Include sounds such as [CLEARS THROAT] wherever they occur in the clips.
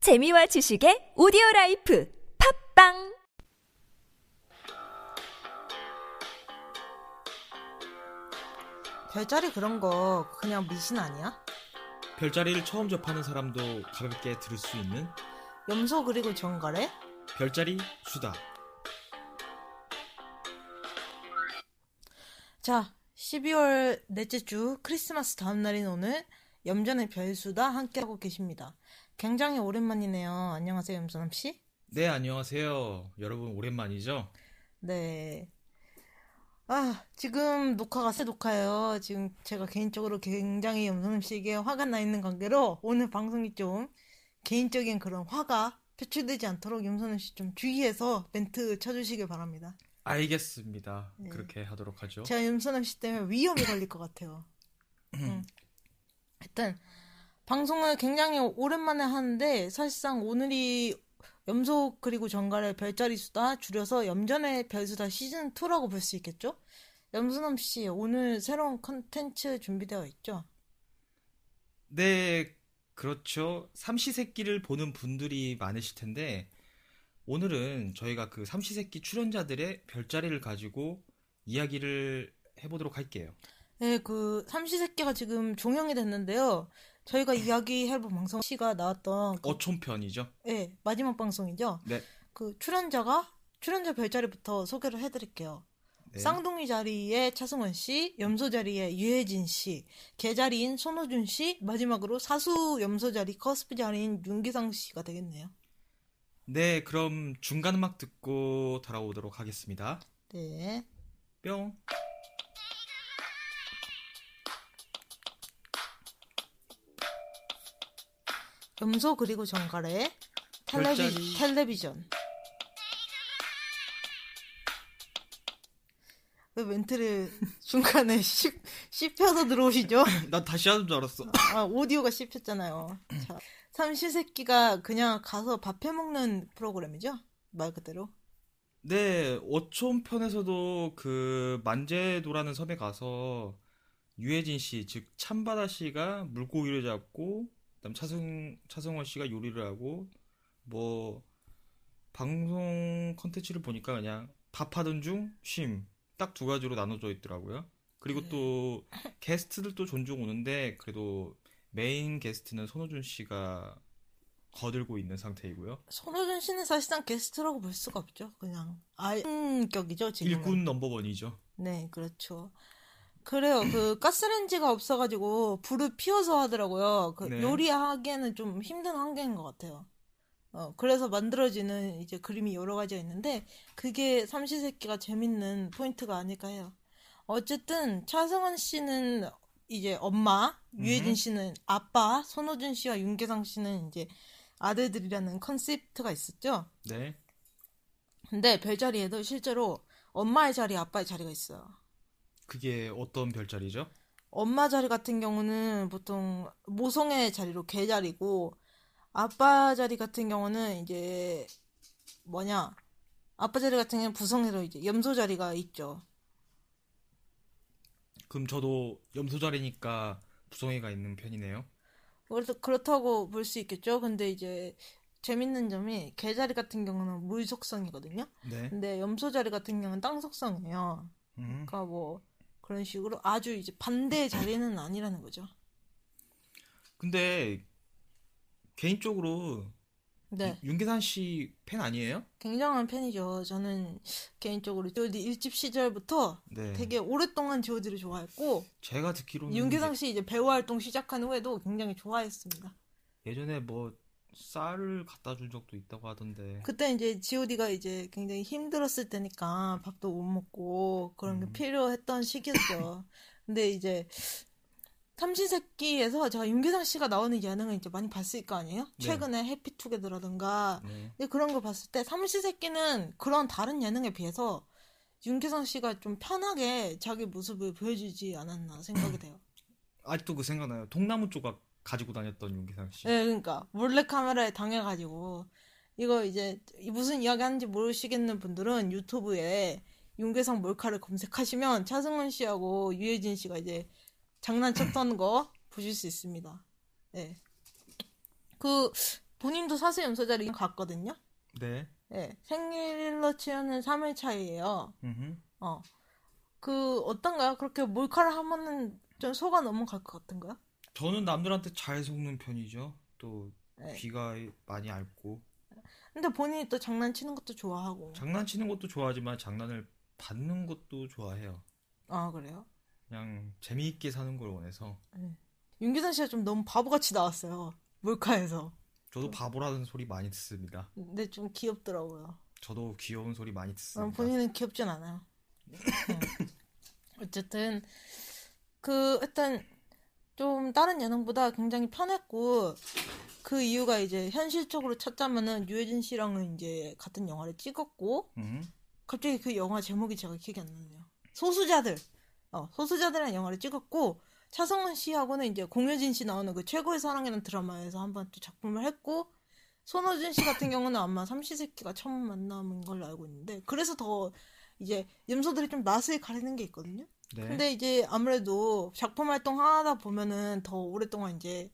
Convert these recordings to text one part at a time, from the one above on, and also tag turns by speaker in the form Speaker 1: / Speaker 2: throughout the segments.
Speaker 1: 재미와 지식의 오디오 라이프 팝빵
Speaker 2: 별자리 그런 거 그냥 미신 아니야?
Speaker 3: 별자리를 처음 접하는 사람도 가볍게 들을 수 있는
Speaker 2: 염소 그리고 정갈에?
Speaker 3: 별자리 수다.
Speaker 2: 자, 12월 넷째 주 크리스마스 다음 날인 오늘 염전의 별수다 함께하고 계십니다. 굉장히 오랜만이네요. 안녕하세요, 염소남 씨.
Speaker 3: 네, 안녕하세요. 여러분 오랜만이죠?
Speaker 2: 네. 아, 지금 녹화가 새 녹화예요. 지금 제가 개인적으로 굉장히 염소남 씨에게 화가 나 있는 관계로 오늘 방송이 좀 개인적인 그런 화가 표출되지 않도록 염소남 씨 좀 주의해서 멘트 쳐주시길 바랍니다.
Speaker 3: 알겠습니다.
Speaker 2: 네.
Speaker 3: 그렇게 하도록 하죠.
Speaker 2: 제가 염소남 씨 때문에 위험이 걸릴 것 같아요. 음. 하여튼 방송을 굉장히 오랜만에 하는데 사실상 오늘이 염소 그리고 정갈의 별자리 수다 줄여서 염전의 별수다 시즌 2라고 볼 수 있겠죠? 염소남 씨 오늘 새로운 컨텐츠 준비되어 있죠?
Speaker 3: 네, 그렇죠. 삼시세끼를 보는 분들이 많으실 텐데 오늘은 저희가 그 삼시세끼 출연자들의 별자리를 가지고 이야기를 해보도록 할게요.
Speaker 2: 네, 그 삼시세끼가 지금 종영이 됐는데요. 저희가 이야기해본 방송 씨가 나왔던 그
Speaker 3: 어촌편이죠.
Speaker 2: 네, 마지막 방송이죠.
Speaker 3: 네.
Speaker 2: 그 출연자가 출연자 별자리부터 소개를 해드릴게요.
Speaker 3: 네.
Speaker 2: 쌍둥이 자리에 차승원 씨, 염소 자리에 유혜진 씨, 개자리인 손호준 씨, 마지막으로 사수 염소 자리 커스프 자리인 윤기상 씨가 되겠네요.
Speaker 3: 네, 그럼 중간 음악 듣고 돌아오도록 하겠습니다.
Speaker 2: 네.
Speaker 3: 뿅. [LAUGHS]
Speaker 2: 염소 그리고 정갈의 텔레비,
Speaker 3: 별자리.
Speaker 2: 텔레비전. 왜 멘트를 [LAUGHS] 중간에 씹, 씹혀서 들어오시죠?
Speaker 3: 나 다시 하는 줄 알았어.
Speaker 2: 아, 오디오가 씹혔잖아요. 자, 삼시세끼가 그냥 가서 밥 해먹는 프로그램이죠? 말 그대로.
Speaker 3: 네, 어촌 편에서도 그 만제도라는 섬에 가서 유해진 씨, 즉 참바다 씨가 물고기를 잡고, 그다음 차승 차승원 씨가 요리를 하고, 뭐 방송 컨텐츠를 보니까 그냥 밥하던 중 쉼, 딱 두 가지로 나눠져 있더라고요. 그리고 또 게스트들도 존중 오는데 그래도 메인 게스트는 손호준 씨가 거들고 있는 상태이고요.
Speaker 2: 손호준 씨는 사실상 게스트라고 볼 수가 없죠. 그냥 알격이죠 지금.
Speaker 3: 일군 넘버원이죠.
Speaker 2: 네, 그렇죠. 그래요. 그 가스렌지가 없어가지고 불을 피워서 하더라고요. 그
Speaker 3: 네.
Speaker 2: 요리하기에는 좀 힘든 환경인 것 같아요. 어, 그래서 만들어지는 이제 그림이 여러 가지가 있는데 그게 삼시세끼가 재밌는 포인트가 아닐까 해요. 어쨌든 차승원 씨는 이제 엄마, 유해진
Speaker 3: 음흠.
Speaker 2: 씨는 아빠, 손호준 씨와 윤계상 씨는 이제 아들들이라는 컨셉트가 있었죠.
Speaker 3: 네.
Speaker 2: 근데 별자리에도 실제로 엄마의 자리, 아빠의 자리가 있어요.
Speaker 3: 그게 어떤 별자리죠?
Speaker 2: 엄마 자리 같은 경우는 보통 모성애 자리로 개 자리고 아빠 자리 같은 경우는 이제 뭐냐 아빠 자리 같은 경우는 부성애로 이제 염소 자리가 있죠.
Speaker 3: 그럼 저도 염소자리니까 부성애가 있는 편이네요.
Speaker 2: 그래서 그렇다고 볼 수 있겠죠. 근데 이제 재밌는 점이 개 자리 같은 경우는 물 속성이거든요.
Speaker 3: 네.
Speaker 2: 근데 염소 자리 같은 경우는 땅 속성이에요.
Speaker 3: 음.
Speaker 2: 그러니까 뭐 그런 식으로 아주 이제 반대의 자리는 아니라는 거죠.
Speaker 3: 근데 개인적으로
Speaker 2: 네.
Speaker 3: 윤- 윤계산 씨 팬 아니에요?
Speaker 2: 굉장한 팬이죠. 저는 개인적으로 GOD 일집 시절부터
Speaker 3: 네. 음.
Speaker 2: 되게 오랫동안 GOD를 좋아했고
Speaker 3: 제가 듣기로는
Speaker 2: 윤계상 씨 이제 배우 활동 시작한 후에도 굉장히 좋아했습니다.
Speaker 3: 네. 예전에 뭐 쌀을 갖다 준 적도 있다고 하던데.
Speaker 2: 그때 이제 GOD가 이제 굉장히 힘들었을 때니까 밥도 못 먹고 그런 게
Speaker 3: 음.
Speaker 2: 필요했던
Speaker 3: [COUGHS]
Speaker 2: 시기였죠. 근데 이제 삼시세끼에서 제가 윤계상 씨가 나오는 예능을 이제 많이 봤을 거 아니에요?
Speaker 3: 네.
Speaker 2: 최근에 해피투게더라든가
Speaker 3: 네.
Speaker 2: 근데 그런 거 봤을 때 삼시세끼는 그런 다른 예능에 비해서 윤계상 씨가 좀 편하게 자기 모습을 보여주지 않았나
Speaker 3: [COUGHS]
Speaker 2: 생각이 돼요.
Speaker 3: 아직도 그 생각나요. 동나무 조각 가지고 다녔던 윤계산 씨.
Speaker 2: 예, 그러니까 몰래 카메라에 당해가지고 이거 이제 무슨 이야기 하는지 모르시겠는 분들은 유튜브에 윤계상 몰카를 검색하시면 차승원 씨하고 유해진 씨가 이제 장난쳤던 거 보실 수 있습니다. 예. 네. 그 본인도 사세 염소자리 갔거든요.
Speaker 3: 네.
Speaker 2: 예, 생일로 치면은 3일 차이예요.
Speaker 3: 음흠.
Speaker 2: 어. 그 어떤가요? 그렇게 몰카를 하면은 좀 속아 넘어갈 것 같은가요?
Speaker 3: 저는 남들한테 잘 속는 편이죠. 또
Speaker 2: 예.
Speaker 3: 귀가 많이 얇고
Speaker 2: 근데 본인이 또 장난치는 것도 좋아하고.
Speaker 3: 장난치는 것도 좋아하지만 장난을 받는 것도 좋아해요.
Speaker 2: 아 그래요?
Speaker 3: 그냥 재미있게 사는 걸 원해서
Speaker 2: 윤기선 씨가 좀 너무 바보같이 나왔어요. 몰카에서. 음.
Speaker 3: 저도 바보라는 소리 많이 듣습니다.
Speaker 2: 근데 좀 귀엽더라고요.
Speaker 3: 저도 귀여운 소리 많이
Speaker 2: 아,
Speaker 3: 듣습니다.
Speaker 2: 본인은 귀엽진 않아요. 네. 어쨌든 그 일단 좀 다른 예능보다 굉장히 편했고 그 이유가 이제 현실적으로 찾자면은 유해진 씨랑은 이제 같은 영화를 찍었고
Speaker 3: 음.
Speaker 2: 갑자기 그 영화 제목이 제가 기억이 안 나네요. 소수자들. 어, 소수자들이라는 영화를 찍었고 차성원 씨하고는 이제 공효진 씨 나오는 그 최고의 사랑이라는 드라마에서 한번 또 작품을 했고 손호진 씨 같은 경우는 아마 삼시세끼가 처음 만남인 걸로 알고 있는데 그래서 더 이제 염소들이 좀 낯을 가리는 게 있거든요.
Speaker 3: 네.
Speaker 2: 근데 이제 아무래도 작품 활동 하다 보면은 더 오랫동안 이제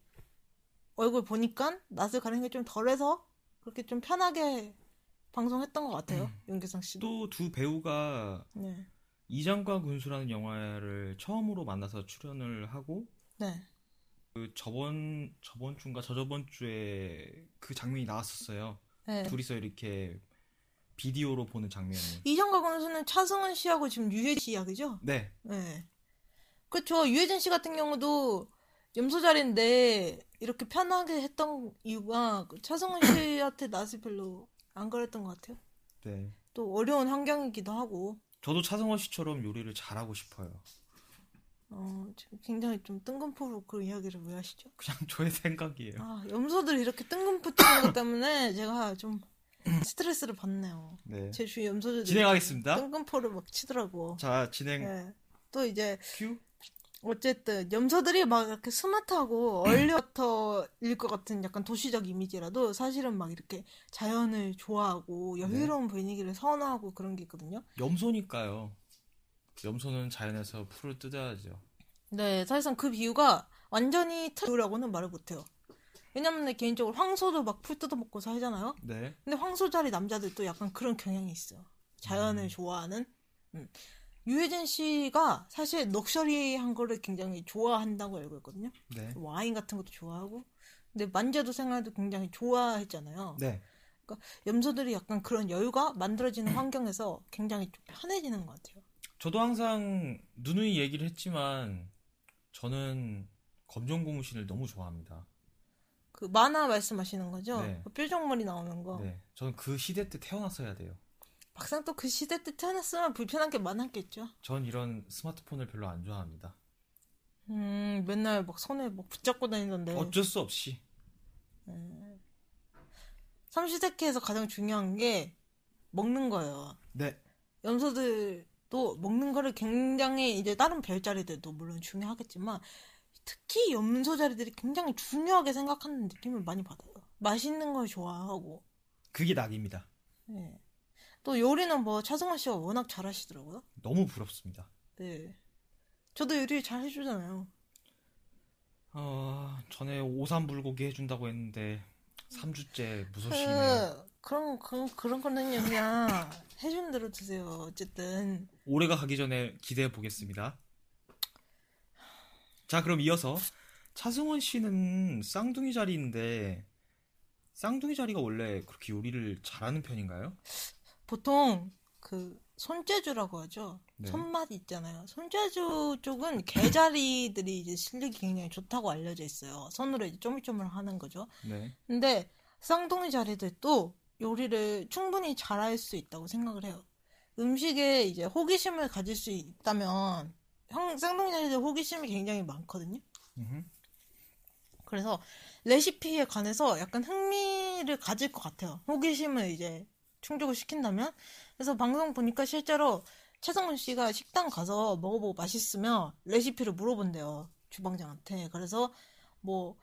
Speaker 2: 얼굴 보니까 낯을 가리는 게 좀 덜해서 그렇게 좀 편하게 방송했던 것 같아요. 윤기상 씨도.
Speaker 3: 또 두 배우가
Speaker 2: 네.
Speaker 3: 이장과 군수라는 영화를 처음으로 만나서 출연을 하고
Speaker 2: 네.
Speaker 3: 그 저번 저번 주인가 저저번 주에 그 장면이 나왔었어요.
Speaker 2: 네.
Speaker 3: 둘이서 이렇게 비디오로 보는 장면이.
Speaker 2: 이정과 권수는 차승은 씨하고 지금 유해진 씨 이야기죠?
Speaker 3: 네.
Speaker 2: 네. 그렇죠. 유해진 씨 같은 경우도 염소자리인데 이렇게 편하게 했던 이유가 그
Speaker 3: [COUGHS]
Speaker 2: 차승은 씨한테 낯을 별로 안 가렸던 것 같아요.
Speaker 3: 네.
Speaker 2: 또 어려운 환경이기도 하고
Speaker 3: 저도 차성원 씨처럼 요리를 잘하고 싶어요.
Speaker 2: 어, 지금 굉장히 좀 뜬금포로 그 이야기를 왜 하시죠?
Speaker 3: 그냥 [LAUGHS] 저의 생각이에요.
Speaker 2: 아, 염소들이 이렇게 뜬금포 치는 것 때문에 제가
Speaker 3: [COUGHS]
Speaker 2: 좀 스트레스를 받네요.
Speaker 3: 네.
Speaker 2: 제 주위 염소들이
Speaker 3: 진행하겠습니다.
Speaker 2: 뜬금포를 막 치더라고.
Speaker 3: 자, 진행
Speaker 2: 네. 또 이제
Speaker 3: 큐.
Speaker 2: 어쨌든 염소들이 막 이렇게 [CLEARS THROAT] 스마트하고 얼리워터일 것 같은 약간 도시적 이미지라도 사실은 막 이렇게 자연을 좋아하고 여유로운 분위기를 선호하고 그런 게 있거든요.
Speaker 3: 염소니까요. 염소는 자연에서 풀을 뜯어야죠.
Speaker 2: 네, 사실상 그 비유가 완전히 틀리라고는 말을 못해요. 왜냐면 내 개인적으로 황소도 막 풀 뜯어먹고 살잖아요.
Speaker 3: 네.
Speaker 2: 근데 황소자리 남자들도 약간 그런 경향이 있어요. 자연을 좋아하는. 음. 유해진 씨가 사실 럭셔리한 거를 굉장히 좋아한다고 알고 있거든요.
Speaker 3: 네.
Speaker 2: 와인 같은 것도 좋아하고 근데 만재도 생활도 굉장히 좋아했잖아요.
Speaker 3: 네.
Speaker 2: 염소들이 약간 그런 여유가
Speaker 3: [CLEARS THROAT]
Speaker 2: 만들어지는 환경에서 굉장히 좀 편해지는 것 같아요.
Speaker 3: 저도 항상 누누이 얘기를 했지만 저는 검정 고무신을 너무 좋아합니다.
Speaker 2: 그 만화 말씀하시는 거죠?
Speaker 3: 네.
Speaker 2: 그 뾰족머리 나오는 거.
Speaker 3: 네. 저는 그 시대 때 태어났어야 돼요.
Speaker 2: 막상 또 그 시대 때 태어났으면 불편한 게 많았겠죠.
Speaker 3: 전 이런 스마트폰을 별로 안 좋아합니다.
Speaker 2: 음, 맨날 막 손에 막 붙잡고 다니던데.
Speaker 3: 어쩔 수 없이.
Speaker 2: 삼시세끼에서 가장 중요한 게 먹는 거예요.
Speaker 3: 네.
Speaker 2: 염소들도 먹는 거를 굉장히 이제 다른 별자리들도 물론 중요하겠지만 특히 염소 자리들이 굉장히 중요하게 생각하는 느낌을 많이 받아요. 맛있는 걸 좋아하고
Speaker 3: 그게 낙입니다.
Speaker 2: 예. 또 요리는 뭐 차승원 씨가 워낙 잘하시더라고요.
Speaker 3: 너무 부럽습니다.
Speaker 2: 네. 저도 요리를 잘 해주잖아요.
Speaker 3: 어, 전에 오삼 불고기 해준다고 했는데 3주째 무소식이네요.
Speaker 2: 그, 그런 그런 그런 거는요 그냥 해준 대로 드세요. 어쨌든
Speaker 3: 올해가 가기 전에 기대해 보겠습니다. 자, 그럼 이어서 차승원 씨는 쌍둥이 자리인데 쌍둥이 자리가 원래 그렇게 요리를 잘하는 편인가요?
Speaker 2: 보통 그 손재주라고 하죠.
Speaker 3: 네.
Speaker 2: 손맛 있잖아요. 손재주 쪽은 개자리들이 이제 실력이 굉장히 좋다고 알려져 있어요. 손으로 이제 쪼물쪼물 하는 거죠.
Speaker 3: 네.
Speaker 2: 근데 쌍둥이 자리들도 요리를 충분히 잘할 수 있다고 생각을 해요. 음식에 이제 호기심을 가질 수 있다면 형 쌍둥이 자리들 호기심이 굉장히 많거든요.
Speaker 3: 음흠.
Speaker 2: 그래서 레시피에 관해서 약간 흥미를 가질 것 같아요. 호기심을 이제 충족을 시킨다면. 그래서 방송 보니까 실제로 최성훈 씨가 식당 가서 먹어보고 맛있으면 레시피를 물어본대요. 주방장한테. 그래서 뭐,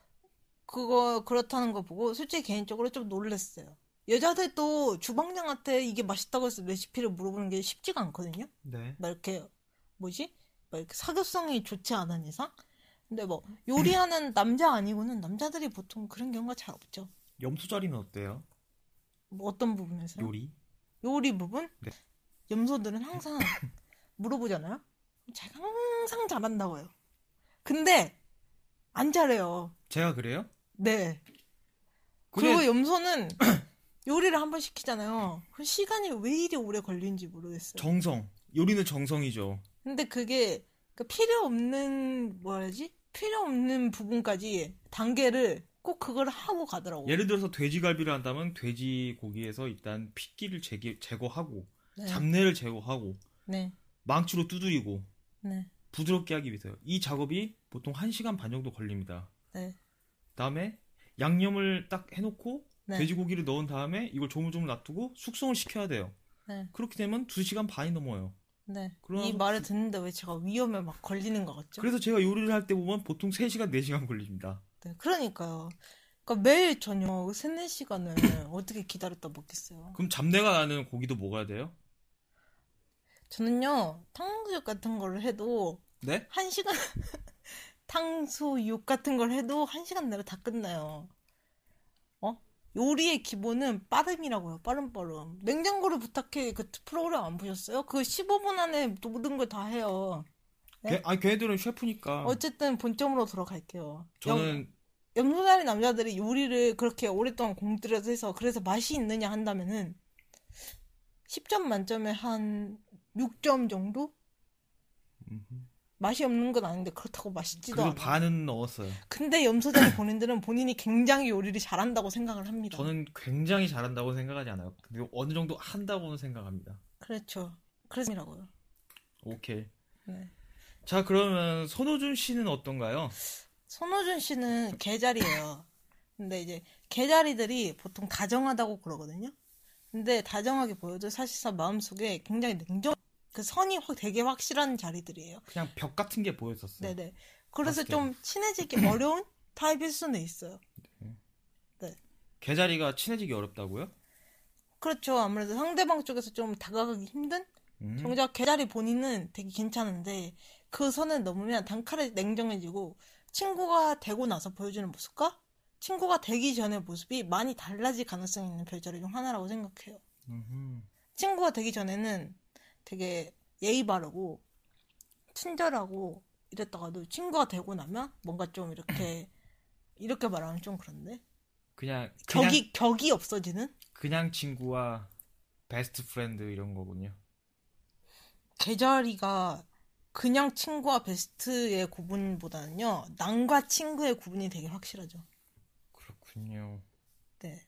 Speaker 2: 그거, 그렇다는 거 보고 솔직히 개인적으로 좀 놀랬어요. 여자들도 주방장한테 이게 맛있다고 해서 레시피를 물어보는 게 쉽지가 않거든요.
Speaker 3: 네.
Speaker 2: 막 이렇게 뭐지? 막 이렇게 사교성이 좋지 않은 [CLEARS THROAT] 이상? 근데 뭐 요리하는 남자 아니고는 남자들이 보통 그런 경우가 잘 없죠.
Speaker 3: 염소자리는 어때요?
Speaker 2: 뭐 어떤 부분에서? 요...
Speaker 3: 요리?
Speaker 2: 요리 부분?
Speaker 3: 네.
Speaker 2: 염소들은
Speaker 3: [LAUGHS]
Speaker 2: 항상 물어보잖아요. 제가 항상 잘한다고 해요. 근데 안 잘해요.
Speaker 3: 제가 그래요?
Speaker 2: 네.
Speaker 3: 근데-
Speaker 2: 그리고 염소는 [CLEARS THROAT] 요리를 한 번 시키잖아요. 그 시간이 왜 이리 오래 걸리는지
Speaker 3: 네.
Speaker 2: 모르겠어요.
Speaker 3: 정성. 요리는 정성이죠.
Speaker 2: 근데 그게 그 필요 없는 뭐라지? 필요 없는 부분까지 단계를 꼭 그걸 하고 가더라고요.
Speaker 3: 예를 들어서 돼지갈비를 한다면 돼지 고기에서 일단 핏기를 제기, 제거하고
Speaker 2: 네.
Speaker 3: 잡내를 제거하고
Speaker 2: 네.
Speaker 3: 망치로 두드리고
Speaker 2: 네.
Speaker 3: 부드럽게 하기 위해서요. 이 작업이 보통 1시간 반 정도 걸립니다.
Speaker 2: 네.
Speaker 3: 다음에 양념을 딱 해놓고
Speaker 2: 네.
Speaker 3: 돼지고기를 넣은 다음에 이걸 조물조물 놔두고 숙성을 시켜야 돼요.
Speaker 2: 네.
Speaker 3: 그렇게 되면 2시간 반이 넘어요.
Speaker 2: 네.
Speaker 3: 그러면서-
Speaker 2: 이 말을 듣는데 왜 제가 위험에 막 걸리는 것 같죠?
Speaker 3: 그래서 제가 요리를 할 때 보면 보통 3시간, 4시간 걸립니다.
Speaker 2: 네. 그러니까요. 그러니까 매일 저녁 3, 4시간을 어떻게 기다렸다 먹겠어요.
Speaker 3: 그럼 잡내가 나는 고기도 먹어야 돼요?
Speaker 2: 저는요. 탕수육 같은 걸 해도
Speaker 3: 네?
Speaker 2: 한 시간 [LAUGHS] 탕수육 같은 걸 해도 한 시간 내로 다 끝나요. 어? 요리의 기본은 빠름이라고요. 빠름 빠름. 냉장고를 부탁해 그 프로그램 안 보셨어요? 그 15분 안에 모든 걸 다 해요. 네?
Speaker 3: 걔, 아니, 걔네들은 셰프니까.
Speaker 2: 어쨌든 본점으로 돌아갈게요.
Speaker 3: 저는
Speaker 2: 염소다리 남자들이 요리를 그렇게 오랫동안 공들여서 해서 그래서 맛이 있느냐 한다면은 10점 만점에 한 6점 정도?
Speaker 3: 음,
Speaker 2: 맛이 없는 건 아닌데 그렇다고 맛있지도
Speaker 3: 그래도
Speaker 2: 않아요.
Speaker 3: 반은 넣었어요.
Speaker 2: 근데 염소자리 본인들은 본인이 굉장히 요리를 잘한다고 생각을 합니다.
Speaker 3: 저는 굉장히 잘한다고 생각하지 않아요. 근데 어느 정도 한다고는 생각합니다.
Speaker 2: 그렇죠. 그래서라고요.
Speaker 3: 오케이.
Speaker 2: 네.
Speaker 3: 자, 그러면 손호준 씨는 어떤가요?
Speaker 2: 손호준 씨는 개자리예요. 근데 이제 개자리들이 보통 다정하다고 그러거든요. 근데 다정하게 보여도 사실상 마음속에 굉장히 냉정 그 선이 확 되게 확실한 자리들이에요.
Speaker 3: 그냥 벽 같은 게 보였었어요.
Speaker 2: 네네. 그래서
Speaker 3: 맞아요.
Speaker 2: 좀 친해지기 어려운 타입일 수는 있어요.
Speaker 3: 개자리가 친해지기 어렵다고요?
Speaker 2: 그렇죠. 아무래도 상대방 쪽에서 좀 다가가기 힘든
Speaker 3: 음.
Speaker 2: 정작 개자리 본인은 되게 괜찮은데 그 선을 넘으면 단칼에 냉정해지고 친구가 되고 나서 보여주는 모습과 친구가 되기 전의 모습이 많이 달라질 가능성이 있는 별자리 중 하나라고 생각해요.
Speaker 3: 음흠.
Speaker 2: 친구가 되기 전에는 되게 예의 바르고 친절하고 이랬다가도 친구가 되고 나면 뭔가 좀 이렇게 이렇게 말하면 좀 그런데
Speaker 3: 그냥 그냥
Speaker 2: 격이 격이 없어지는
Speaker 3: 그냥 친구와 베스트 프렌드 이런 거군요.
Speaker 2: 개자리가 그냥 친구와 베스트의 구분보다는요, 남과 친구의 구분이 되게 확실하죠.
Speaker 3: 그렇군요.
Speaker 2: 네.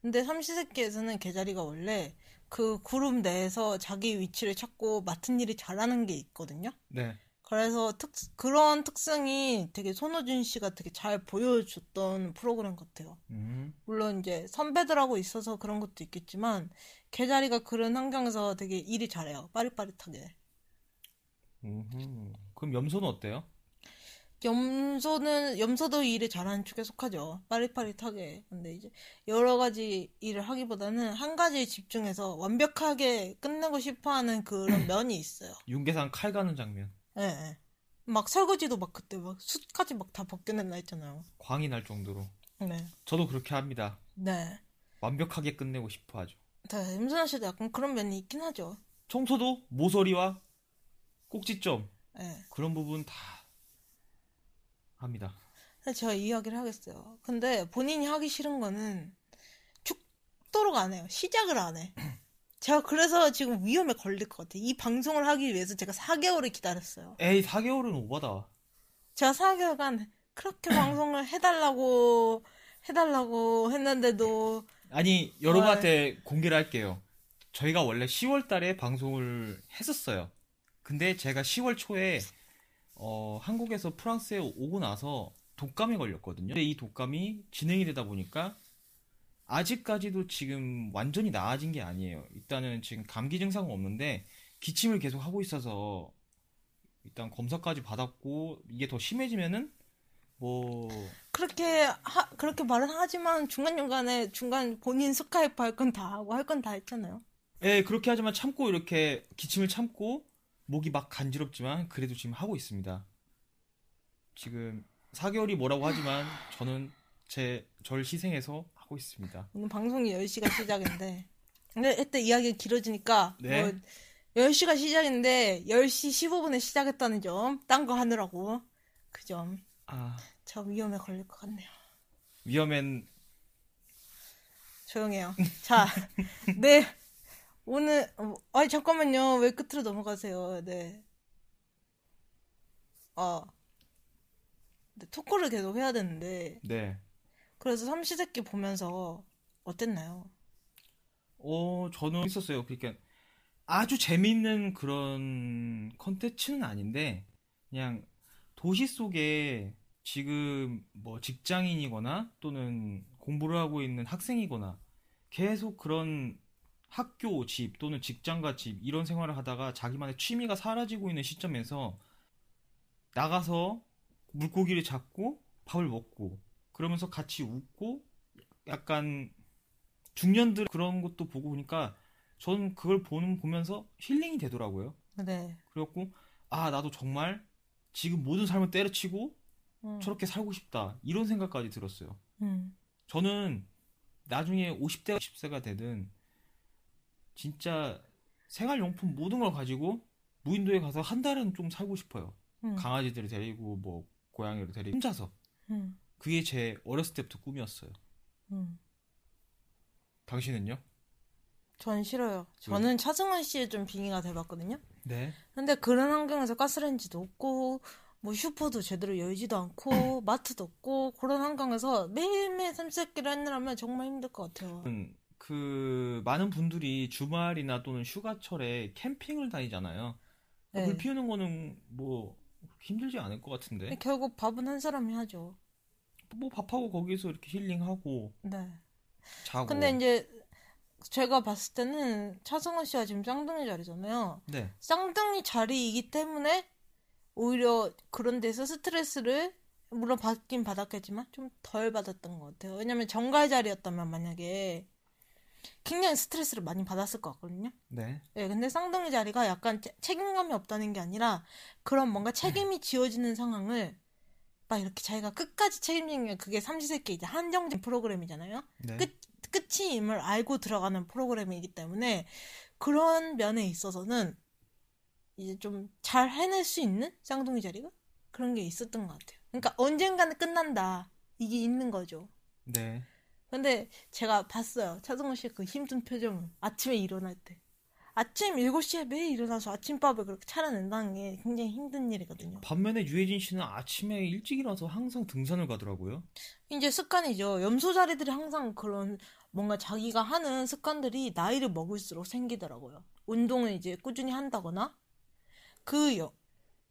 Speaker 2: 근데 삼시세끼에서는 개자리가 원래 그 그룹 내에서 자기 위치를 찾고 맡은 일이 잘하는 게 있거든요.
Speaker 3: 네.
Speaker 2: 그래서 특, 그런 특성이 되게 손호준 씨가 되게 잘 보여줬던 프로그램 같아요.
Speaker 3: 음.
Speaker 2: 물론 이제 선배들하고 있어서 그런 것도 있겠지만, 개자리가 그런 환경에서 되게 일이 잘해요. 빠릿빠릿하게.
Speaker 3: 음흠. 그럼 염소는 어때요?
Speaker 2: 염소는 염소도 일을 잘하는 축에 속하죠. 빠릿빠릿하게. 근데 이제 여러 가지 일을 하기보다는 한 가지에 집중해서 완벽하게 끝내고 싶어하는 그런 면이 있어요.
Speaker 3: 윤계상 칼 가는 장면.
Speaker 2: 예. 예. 막 설거지도 막 그때 막 숯까지 막 다 벗겨낸다 했잖아요.
Speaker 3: 광이 날 정도로.
Speaker 2: 네.
Speaker 3: 저도 그렇게 합니다.
Speaker 2: 네.
Speaker 3: 완벽하게 끝내고 싶어 하죠.
Speaker 2: 네. 임선아 씨도 약간 그런 면이 있긴 하죠.
Speaker 3: 청소도 모서리와 꼭지점
Speaker 2: 예.
Speaker 3: 그런 부분 다 합니다.
Speaker 2: 그래서 제가 이야기를 하겠어요. 근데 본인이 하기 싫은 거는 죽도록 안 해요. 시작을 안 해. [CLEARS THROAT] 제가 그래서 지금 위험에 걸릴 것 같아요. 이 방송을 하기 위해서 제가 4개월을 기다렸어요.
Speaker 3: 에이 4개월은 오바다.
Speaker 2: 제가 4개월간 그렇게 [CLEARS THROAT] 방송을 해달라고 해달라고 했는데도
Speaker 3: 아니 여러분한테 공개를 할게요. 저희가 원래 10월달에 방송을 했었어요. 근데 제가 10월 초에 어, 한국에서 프랑스에 오고 나서 독감에 걸렸거든요. 근데 이 독감이 진행이 되다 보니까 아직까지도 지금 완전히 나아진 게 아니에요. 일단은 지금 감기 증상은 없는데 기침을 계속 하고 있어서 일단 검사까지 받았고 이게 더 심해지면은 뭐
Speaker 2: 그렇게 하- 그렇게 말은 하지만 중간중간에 중간 본인 스카이프 할 건 다 하고 할 건 다 했잖아요.
Speaker 3: 예, 그렇게 하지만 참고 이렇게 기침을 참고 목이 막 간지럽지만 그래도 지금 하고 있습니다. 지금 4개월이 뭐라고 하지만 저는 제 절 희생해서 하고 있습니다.
Speaker 2: 오늘 방송이 10시가 시작인데. [LAUGHS] 근데 이때 이야기가 길어지니까
Speaker 3: 네.
Speaker 2: 뭐 10시가 시작인데 10시 15분에 시작했다는 점, 딴 거 하느라고 그 점,
Speaker 3: 아
Speaker 2: 저 위험에 걸릴 것 같네요.
Speaker 3: 위험엔
Speaker 2: 조용해요. 자, 네. 오늘, 어, 아니, 잠깐만요. 왜 끝으로 넘어가세요? 네. 어. 네, 토크를 계속 해야 되는데,
Speaker 3: 네.
Speaker 2: 그래서 삼시세끼 보면서 어땠나요?
Speaker 3: 어 저는 있었어요. 그러니까 아주 재밌는 그런 컨텐츠는 아닌데 그냥 도시 속에 지금 뭐 직장인이거나 또는 공부를 하고 있는 학생이거나 계속 그런 학교 집 또는 직장과 집 이런 생활을 하다가 자기만의 취미가 사라지고 있는 시점에서 나가서 물고기를 잡고 밥을 먹고 그러면서 같이 웃고 약간 중년들 그런 것도 보고 보니까 저는 그걸 보는 보면서 힐링이 되더라고요.
Speaker 2: 네.
Speaker 3: 그래갖고 아 나도 정말 지금 모든 삶을 때려치고
Speaker 2: 음.
Speaker 3: 저렇게 살고 싶다 이런 생각까지 들었어요.
Speaker 2: 음.
Speaker 3: 저는 나중에 50대가 10세가 되든 진짜 생활용품 모든 걸 가지고 무인도에 가서 한 달은 좀 살고 싶어요.
Speaker 2: 음.
Speaker 3: 강아지들을 데리고 뭐 고양이를 데리고 혼자서
Speaker 2: 음.
Speaker 3: 그게 제 어렸을 때부터 꿈이었어요.
Speaker 2: 음.
Speaker 3: 당신은요?
Speaker 2: 전 싫어요.
Speaker 3: 음.
Speaker 2: 저는 차승원 씨에 좀 빙의가 돼봤거든요.
Speaker 3: 네.
Speaker 2: 근데 그런 환경에서 가스레인지도 없고 뭐 슈퍼도 제대로 열지도 않고
Speaker 3: 음.
Speaker 2: 마트도 없고 그런 환경에서 매일매일 삼시세끼를 하느라면 정말 힘들 것 같아요.
Speaker 3: 음, 그 많은 분들이 주말이나 또는 휴가철에 캠핑을 다니잖아요.
Speaker 2: 네.
Speaker 3: 불 피우는 거는 뭐 힘들지 않을 것 같은데.
Speaker 2: 근데 결국 밥은 한 사람이 하죠.
Speaker 3: 뭐 밥하고 거기서 이렇게 힐링하고
Speaker 2: 네.
Speaker 3: 자고.
Speaker 2: 근데 이제 제가 봤을 때는 차승원 씨가 지금 쌍둥이 자리잖아요.
Speaker 3: 네.
Speaker 2: 쌍둥이 자리이기 때문에 오히려 그런 데서 스트레스를 물론 받긴 받았겠지만 좀 덜 받았던 것 같아요. 왜냐면 정갈 자리였다면 만약에 굉장히 스트레스를 많이 받았을 것 같거든요.
Speaker 3: 네.
Speaker 2: 예, 근데 쌍둥이 자리가 약간 체- 책임감이 없다는 게 아니라 그런 뭔가 책임이 지어지는 상황을 막 이렇게 자기가 끝까지 책임지는 게 그게 삼시세끼 이제 한정된 프로그램이잖아요.
Speaker 3: 네.
Speaker 2: 끝 끝임을 알고 들어가는 프로그램이기 때문에 그런 면에 있어서는 이제 좀 잘 해낼 수 있는 쌍둥이 자리가 그런 게 있었던 것 같아요. 그러니까 언젠가는 끝난다 이게 있는 거죠.
Speaker 3: 네.
Speaker 2: 근데 제가 봤어요. 차승원 씨의 그 힘든 표정을 아침에 일어날 때. 아침 7시에 매일 일어나서 아침밥을 그렇게 차려낸다는 게 굉장히 힘든 일이거든요.
Speaker 3: 반면에 유해진 씨는 아침에 일찍 일어나서 항상 등산을 가더라고요.
Speaker 2: 이제 습관이죠. 염소자리들이 항상 그런 뭔가 자기가 하는 습관들이 나이를 먹을수록 생기더라고요. 운동을 이제 꾸준히 한다거나 그 여,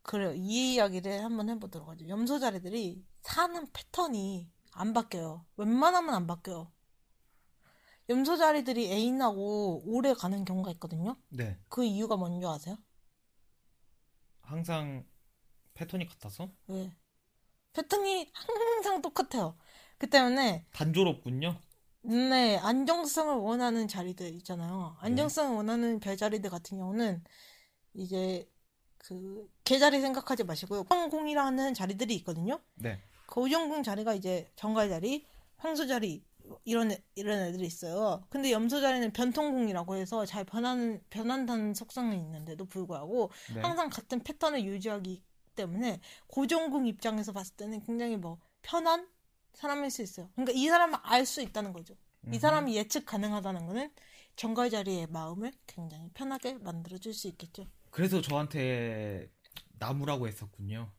Speaker 2: 그래요. 이 이야기를 한번 해보도록 하죠. 염소자리들이 사는 패턴이 안 바뀌어요. 웬만하면 안 바뀌어요. 염소자리들이 애인하고 오래 가는 경우가 있거든요.
Speaker 3: 네.
Speaker 2: 그 이유가 뭔지 아세요?
Speaker 3: 항상 패턴이 같아서
Speaker 2: 왜? 패턴이 항상 똑같아요. 그 때문에
Speaker 3: 단조롭군요.
Speaker 2: 네, 안정성을 원하는 자리들 있잖아요. 안정성을 원하는 별자리들 같은 경우는 이제 그 개자리 생각하지 마시고요. 황공이라는 자리들이 있거든요.
Speaker 3: 네.
Speaker 2: 그 우정궁 자리가 이제 정갈 자리, 황소 자리 이런 애- 이런 애들이 있어요. 근데 염소 자리는 변통궁이라고 해서 잘 변하는 변한다는 속성이 있는데도 불구하고
Speaker 3: 네.
Speaker 2: 항상 같은 패턴을 유지하기 때문에 고정궁 입장에서 봤을 때는 굉장히 뭐 편한 사람일 수 있어요. 그러니까 이 사람을 알 수 있다는 거죠. 이 사람이 예측 가능하다는 거는 정갈 자리의 마음을 굉장히 편하게 만들어 줄 수 있겠죠.
Speaker 3: 그래서 저한테 나무라고 했었군요.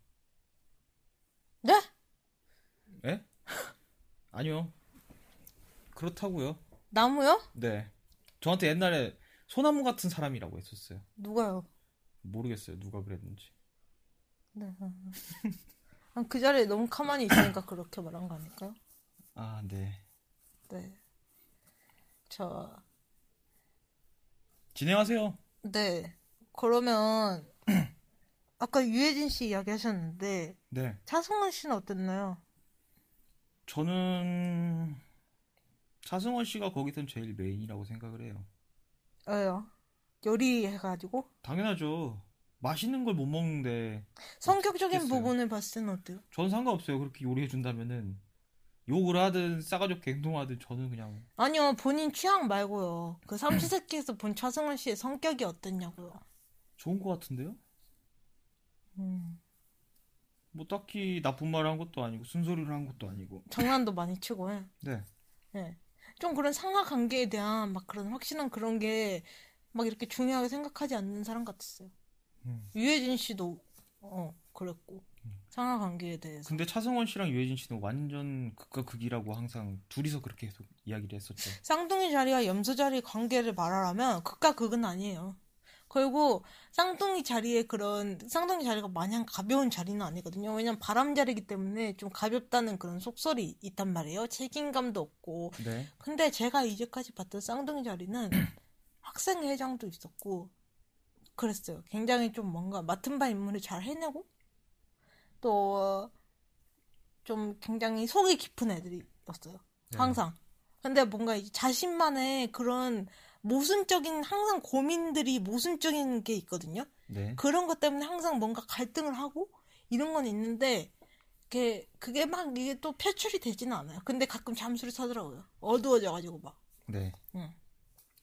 Speaker 2: 네?
Speaker 3: 예? 아니요. 그렇다고요.
Speaker 2: 나무요?
Speaker 3: 네. 저한테 옛날에 소나무 같은 사람이라고 했었어요.
Speaker 2: 누가요?
Speaker 3: 모르겠어요. 누가 그랬는지. [LAUGHS]
Speaker 2: 네. 아, 그 자리에 너무 가만히 있으니까 그렇게 말한 거 아닐까요?
Speaker 3: 아, 네.
Speaker 2: 네. 저,
Speaker 3: 진행하세요.
Speaker 2: 네.
Speaker 3: [CLEARS THROAT]
Speaker 2: 그러면, 아까 유해진 씨 이야기 하셨는데,
Speaker 3: 네.
Speaker 2: 차승원 씨는 어땠나요?
Speaker 3: 저는 차승원 씨가 거기선 제일 메인이라고 생각을 해요.
Speaker 2: 왜요? 요리해가지고?
Speaker 3: 당연하죠. 맛있는 걸 못 먹는데
Speaker 2: 성격적인
Speaker 3: 어떻겠어요?
Speaker 2: 부분을 봤을 때는 어때요?
Speaker 3: 전 상관없어요. 그렇게 요리해 준다면은 욕을 하든 싸가지 없게 행동하든 저는 그냥
Speaker 2: 아니요, 본인 취향 말고요. 그 삼시세끼에서 본 차승원 씨의 성격이 어땠냐고요.
Speaker 3: 좋은 것 같은데요?
Speaker 2: 음,
Speaker 3: 뭐 딱히 나쁜 말을 한 것도 아니고 순소리를 한 것도 아니고
Speaker 2: 장난도 많이 치고 해.
Speaker 3: 네
Speaker 2: 예. 좀 그런 상하 관계에 대한 막 그런 확실한 그런 게 막 이렇게 중요하게 생각하지 않는 사람 같았어요.
Speaker 3: 음.
Speaker 2: 유해진 씨도 어 그랬고 상하 관계에 대해서
Speaker 3: 근데 차승원 씨랑 유해진 씨는 완전 극과 극이라고 항상 둘이서 그렇게 계속 이야기를 했었죠
Speaker 2: 쌍둥이 자리와 염소 자리 관계를 말하라면 극과 극은 아니에요. 그리고 쌍둥이 자리에 그런 쌍둥이 자리가 마냥 가벼운 자리는 아니거든요. 왜냐면 바람 자리이기 때문에 좀 가볍다는 그런 속설이 있단 말이에요. 책임감도 없고
Speaker 3: 네
Speaker 2: 근데 제가 이제까지 봤던 쌍둥이 자리는 [CLEARS THROAT] 학생회장도 있었고 그랬어요. 굉장히 좀 뭔가 맡은 바 임무를 잘 해내고 또 좀 굉장히 속이 깊은 애들이었어요.
Speaker 3: 네.
Speaker 2: 항상. 근데 뭔가 이제 자신만의 그런 모순적인 항상 고민들이 모순적인 게 있거든요.
Speaker 3: 네
Speaker 2: 그런 것 때문에 항상 뭔가 갈등을 하고 이런 건 있는데 그게 그게 막 이게 또 표출이 되지는 않아요. 근데 가끔 잠수를 타더라고요. 어두워져가지고 막.
Speaker 3: 네.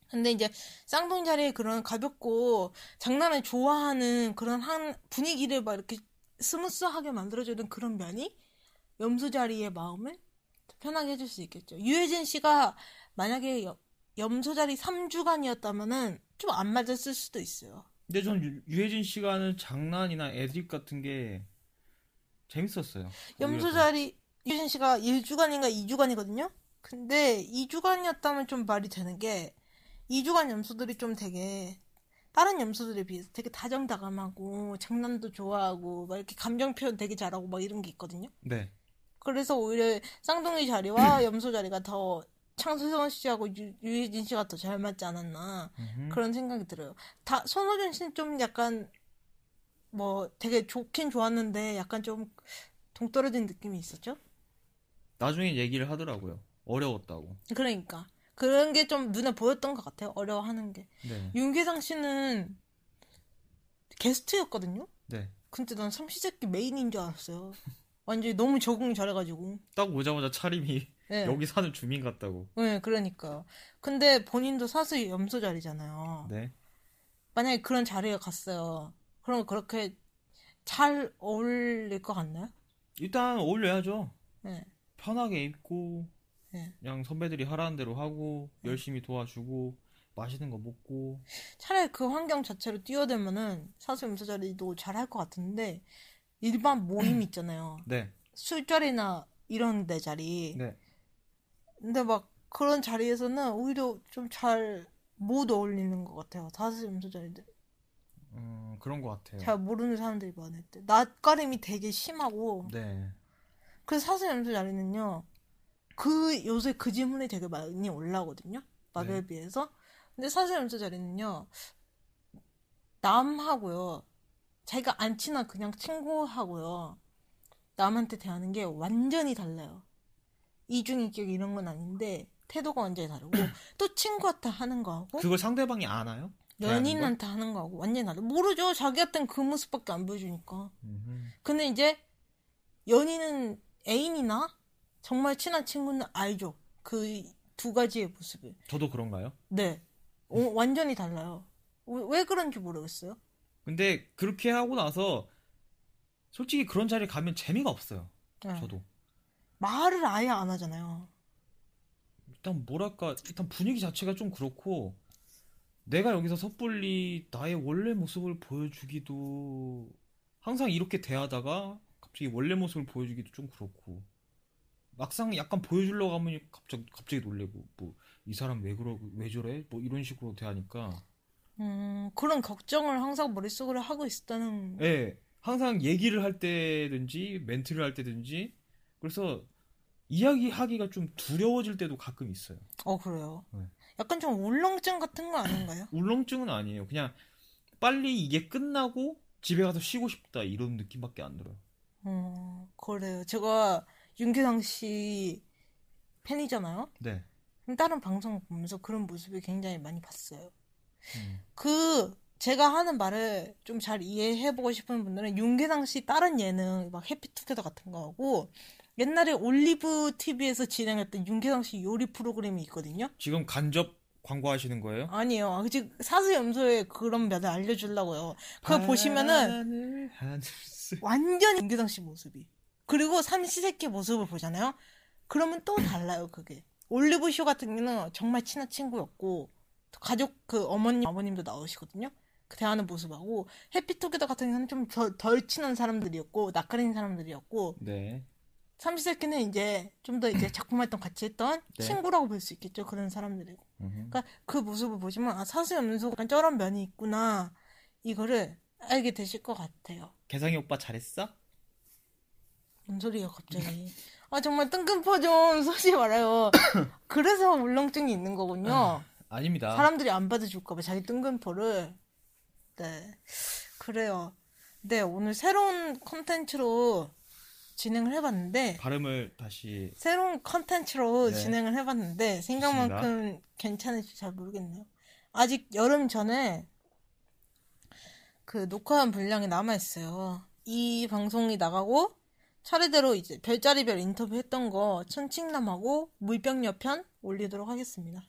Speaker 2: 근데 이제 쌍둥이 자리에 그런 가볍고 장난을 좋아하는 그런 한 분위기를 막 이렇게 스무스하게 만들어주는 그런 면이 염소 자리의 마음을 편하게 해줄 수 있겠죠. 유해진 씨가 만약에 여- 염소 자리 3주간이었다면은 좀 안 맞았을 수도 있어요.
Speaker 3: 근데 전 유- 유해진 씨가는 장난이나 애드립 같은 게 재밌었어요. 오히려 더.
Speaker 2: 염소자리 유진 씨가 1주간인가 2주간이거든요. 근데 2주간이었다면 좀 말이 되는 게 2주간 염소들이 좀 되게 다른 염소들에 비해서 되게 다정다감하고 장난도 좋아하고 막 이렇게 감정 표현 되게 잘하고 막 이런 게 있거든요.
Speaker 3: 네.
Speaker 2: 그래서 오히려 쌍둥이 자리와 염소 자리가 더 창수성 씨하고 유, 유진 씨가 더 잘 맞지 않았나
Speaker 3: 음흠.
Speaker 2: 그런 생각이 들어요. 다 손호준 씨는 좀 약간 뭐 되게 좋긴 좋았는데 약간 좀 동떨어진 느낌이 있었죠.
Speaker 3: 나중에 얘기를 하더라고요. 어려웠다고.
Speaker 2: 그러니까 그런 게 좀 눈에 보였던 것 같아요. 어려워하는 게
Speaker 3: 네.
Speaker 2: 윤계상 씨는 게스트였거든요.
Speaker 3: 네.
Speaker 2: 근데 난 삼시세끼 메인인 줄 알았어요. 완전히 너무 적응 잘해가지고.
Speaker 3: 딱 오자마자 차림이
Speaker 2: 네.
Speaker 3: 여기 사는 주민 같다고.
Speaker 2: 네, 그러니까요. 근데 본인도 사수 염소 자리잖아요.
Speaker 3: 네.
Speaker 2: 만약에 그런 자리에 갔어요. 그럼 그렇게 잘 어울릴 것 같나요?
Speaker 3: 일단 어울려야죠.
Speaker 2: 네.
Speaker 3: 편하게 입고
Speaker 2: 네.
Speaker 3: 그냥 선배들이 하라는 대로 하고 열심히 도와주고 맛있는 거 먹고
Speaker 2: 차라리 그 환경 자체로 뛰어들면은 사수 염소 자리도 잘 할 것 같은데 일반 모임 있잖아요.
Speaker 3: 네.
Speaker 2: 술자리나 이런 데 자리.
Speaker 3: 네.
Speaker 2: 근데 막 그런 자리에서는 오히려 좀 잘 못 어울리는 것 같아요. 사수 염소 자리들.
Speaker 3: 음, 그런 것 같아요.
Speaker 2: 잘 모르는 사람들이 많을 때. 낯가림이 되게 심하고.
Speaker 3: 네.
Speaker 2: 그래서 사수 염소 자리는요. 그 요새 그 질문이 되게 많이 올라오거든요. 말에 비해서. 근데 사수 염소 자리는요. 남하고요. 자기가 안 친한 그냥 친구하고요. 남한테 대하는 게 완전히 달라요. 이중인격 이런 건 아닌데 태도가 완전히 다르고 [CLEARS THROAT] 또 친구한테 하는 거하고
Speaker 3: 그걸 상대방이 아나요?
Speaker 2: 연인한테 하는 거하고 완전히 다르고 모르죠. 자기한테는 그 모습밖에 안 보여주니까.
Speaker 3: 음흠.
Speaker 2: 근데 이제 연인은 애인이나 정말 친한 친구는 알죠. 그 두 가지의 모습을.
Speaker 3: 저도 그런가요?
Speaker 2: 네. 어, 완전히 달라요. 왜, 왜 그런지 모르겠어요.
Speaker 3: 근데 그렇게 하고 나서 솔직히 그런 자리에 가면 재미가 없어요.
Speaker 2: 네.
Speaker 3: 저도
Speaker 2: 말을 아예 안 하잖아요.
Speaker 3: 일단 뭐랄까 일단 분위기 자체가 좀 그렇고 내가 여기서 섣불리 나의 원래 모습을 보여주기도 항상 이렇게 대하다가 갑자기 원래 모습을 보여주기도 좀 그렇고 막상 약간 보여주려고 하면 갑자기 갑자기 놀래고 뭐 이 사람 왜 그러 왜 저래 뭐 이런 식으로 대하니까
Speaker 2: 음, 그런 걱정을 항상 머릿속으로 하고 있었다는.
Speaker 3: 예, 항상 얘기를 할 때든지 멘트를 할 때든지 그래서 이야기하기가 좀 두려워질 때도 가끔 있어요.
Speaker 2: 어, 그래요.
Speaker 3: 네.
Speaker 2: 약간 좀 울렁증 같은 거 아닌가요?
Speaker 3: 울렁증은 아니에요. 그냥 빨리 이게 끝나고 집에 가서 쉬고 싶다 이런 느낌밖에 안 들어요.
Speaker 2: 어, 그래요. 제가 윤계상 씨 팬이잖아요.
Speaker 3: 네.
Speaker 2: 다른 방송 보면서 그런 모습이 굉장히 많이 봤어요.
Speaker 3: 음.
Speaker 2: 그 제가 하는 말을 좀 잘 이해해보고 싶은 분들은 윤계상 씨 다른 예능 막 해피투게더 같은 거 하고 옛날에 올리브 TV에서 진행했던 윤계상 씨 요리 프로그램이 있거든요.
Speaker 3: 지금 간접 광고하시는 거예요?
Speaker 2: 아니에요. 아직 사수염소에 그런 면을 알려주려고요.
Speaker 3: 아.
Speaker 2: 그거 보시면은
Speaker 3: 하늘, 하늘색.
Speaker 2: 완전 윤계상 씨 모습이. 그리고 삼시세끼 모습을 보잖아요. 그러면 또 달라요, 그게. 올리브 쇼 같은 경우는 정말 친한 친구였고, 또 가족, 그 어머님, 아버님도 나오시거든요. 그 대하는 모습하고, 해피투게더 같은 경우는 좀 덜 친한 사람들이었고, 낯가리는 사람들이었고,
Speaker 3: 네.
Speaker 2: 삼시세끼는 이제 좀 더 이제 작품 활동 같이 했던
Speaker 3: 네.
Speaker 2: 친구라고 볼 수 있겠죠. 그런 사람들이고.
Speaker 3: 음.
Speaker 2: 그러니까 그 모습을 보시면 아 사수염소가 저런 면이 있구나 이거를 알게 되실 것 같아요.
Speaker 3: 개성이 오빠 잘했어?
Speaker 2: 뭔 소리야 갑자기? 아 정말 뜬금포 [LAUGHS] 좀 쏘지 말아요. 그래서 울렁증이 있는 거군요.
Speaker 3: 아닙니다.
Speaker 2: 사람들이 안 받아줄까봐 자기 뜬금포를. 네 그래요. 네 오늘 새로운 컨텐츠로 진행을 해봤는데
Speaker 3: 발음을 다시
Speaker 2: 새로운 컨텐츠로
Speaker 3: 네.
Speaker 2: 진행을 해봤는데 생각만큼 괜찮을지 잘 모르겠네요. 아직 여름 전에 그 녹화한 분량이 남아 있어요. 이 방송이 나가고 차례대로 이제 별자리별 인터뷰 했던 거 천칭남하고 물병여 편 올리도록 하겠습니다.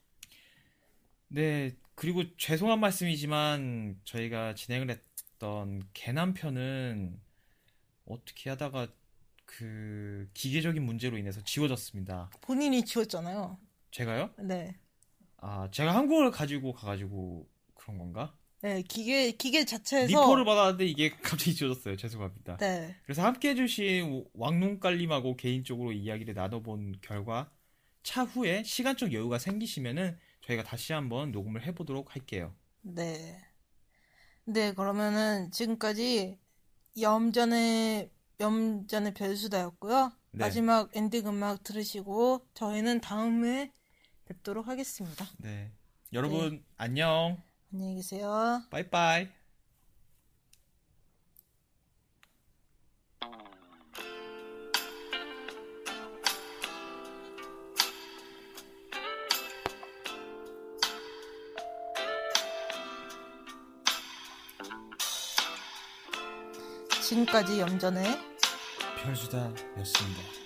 Speaker 3: 네 그리고 죄송한 말씀이지만 저희가 진행을 했던 개남편은 어떻게 하다가 그 기계적인 문제로 인해서 지워졌습니다.
Speaker 2: 본인이 지웠잖아요.
Speaker 3: 제가요?
Speaker 2: 네.
Speaker 3: 아 제가 한국을 가지고 가가지고 그런 건가?
Speaker 2: 네, 기계 기계 자체에서
Speaker 3: 리포를 받았는데 이게 [LAUGHS] 갑자기 지워졌어요. 죄송합니다.
Speaker 2: 네.
Speaker 3: 그래서 함께 해주신 왕눈깔님하고 개인적으로 이야기를 나눠본 결과 차후에 시간적 여유가 생기시면은 저희가 다시 한번 녹음을 해보도록 할게요.
Speaker 2: 네. 네, 그러면은 지금까지 염전의 염전의 별수다였고요.
Speaker 3: 네.
Speaker 2: 마지막 엔딩 음악 들으시고 저희는 다음에 뵙도록 하겠습니다.
Speaker 3: 네. 여러분 안녕.
Speaker 2: 안녕히 계세요.
Speaker 3: 빠이빠이.
Speaker 2: 지금까지 염전의
Speaker 3: 별수다였습니다.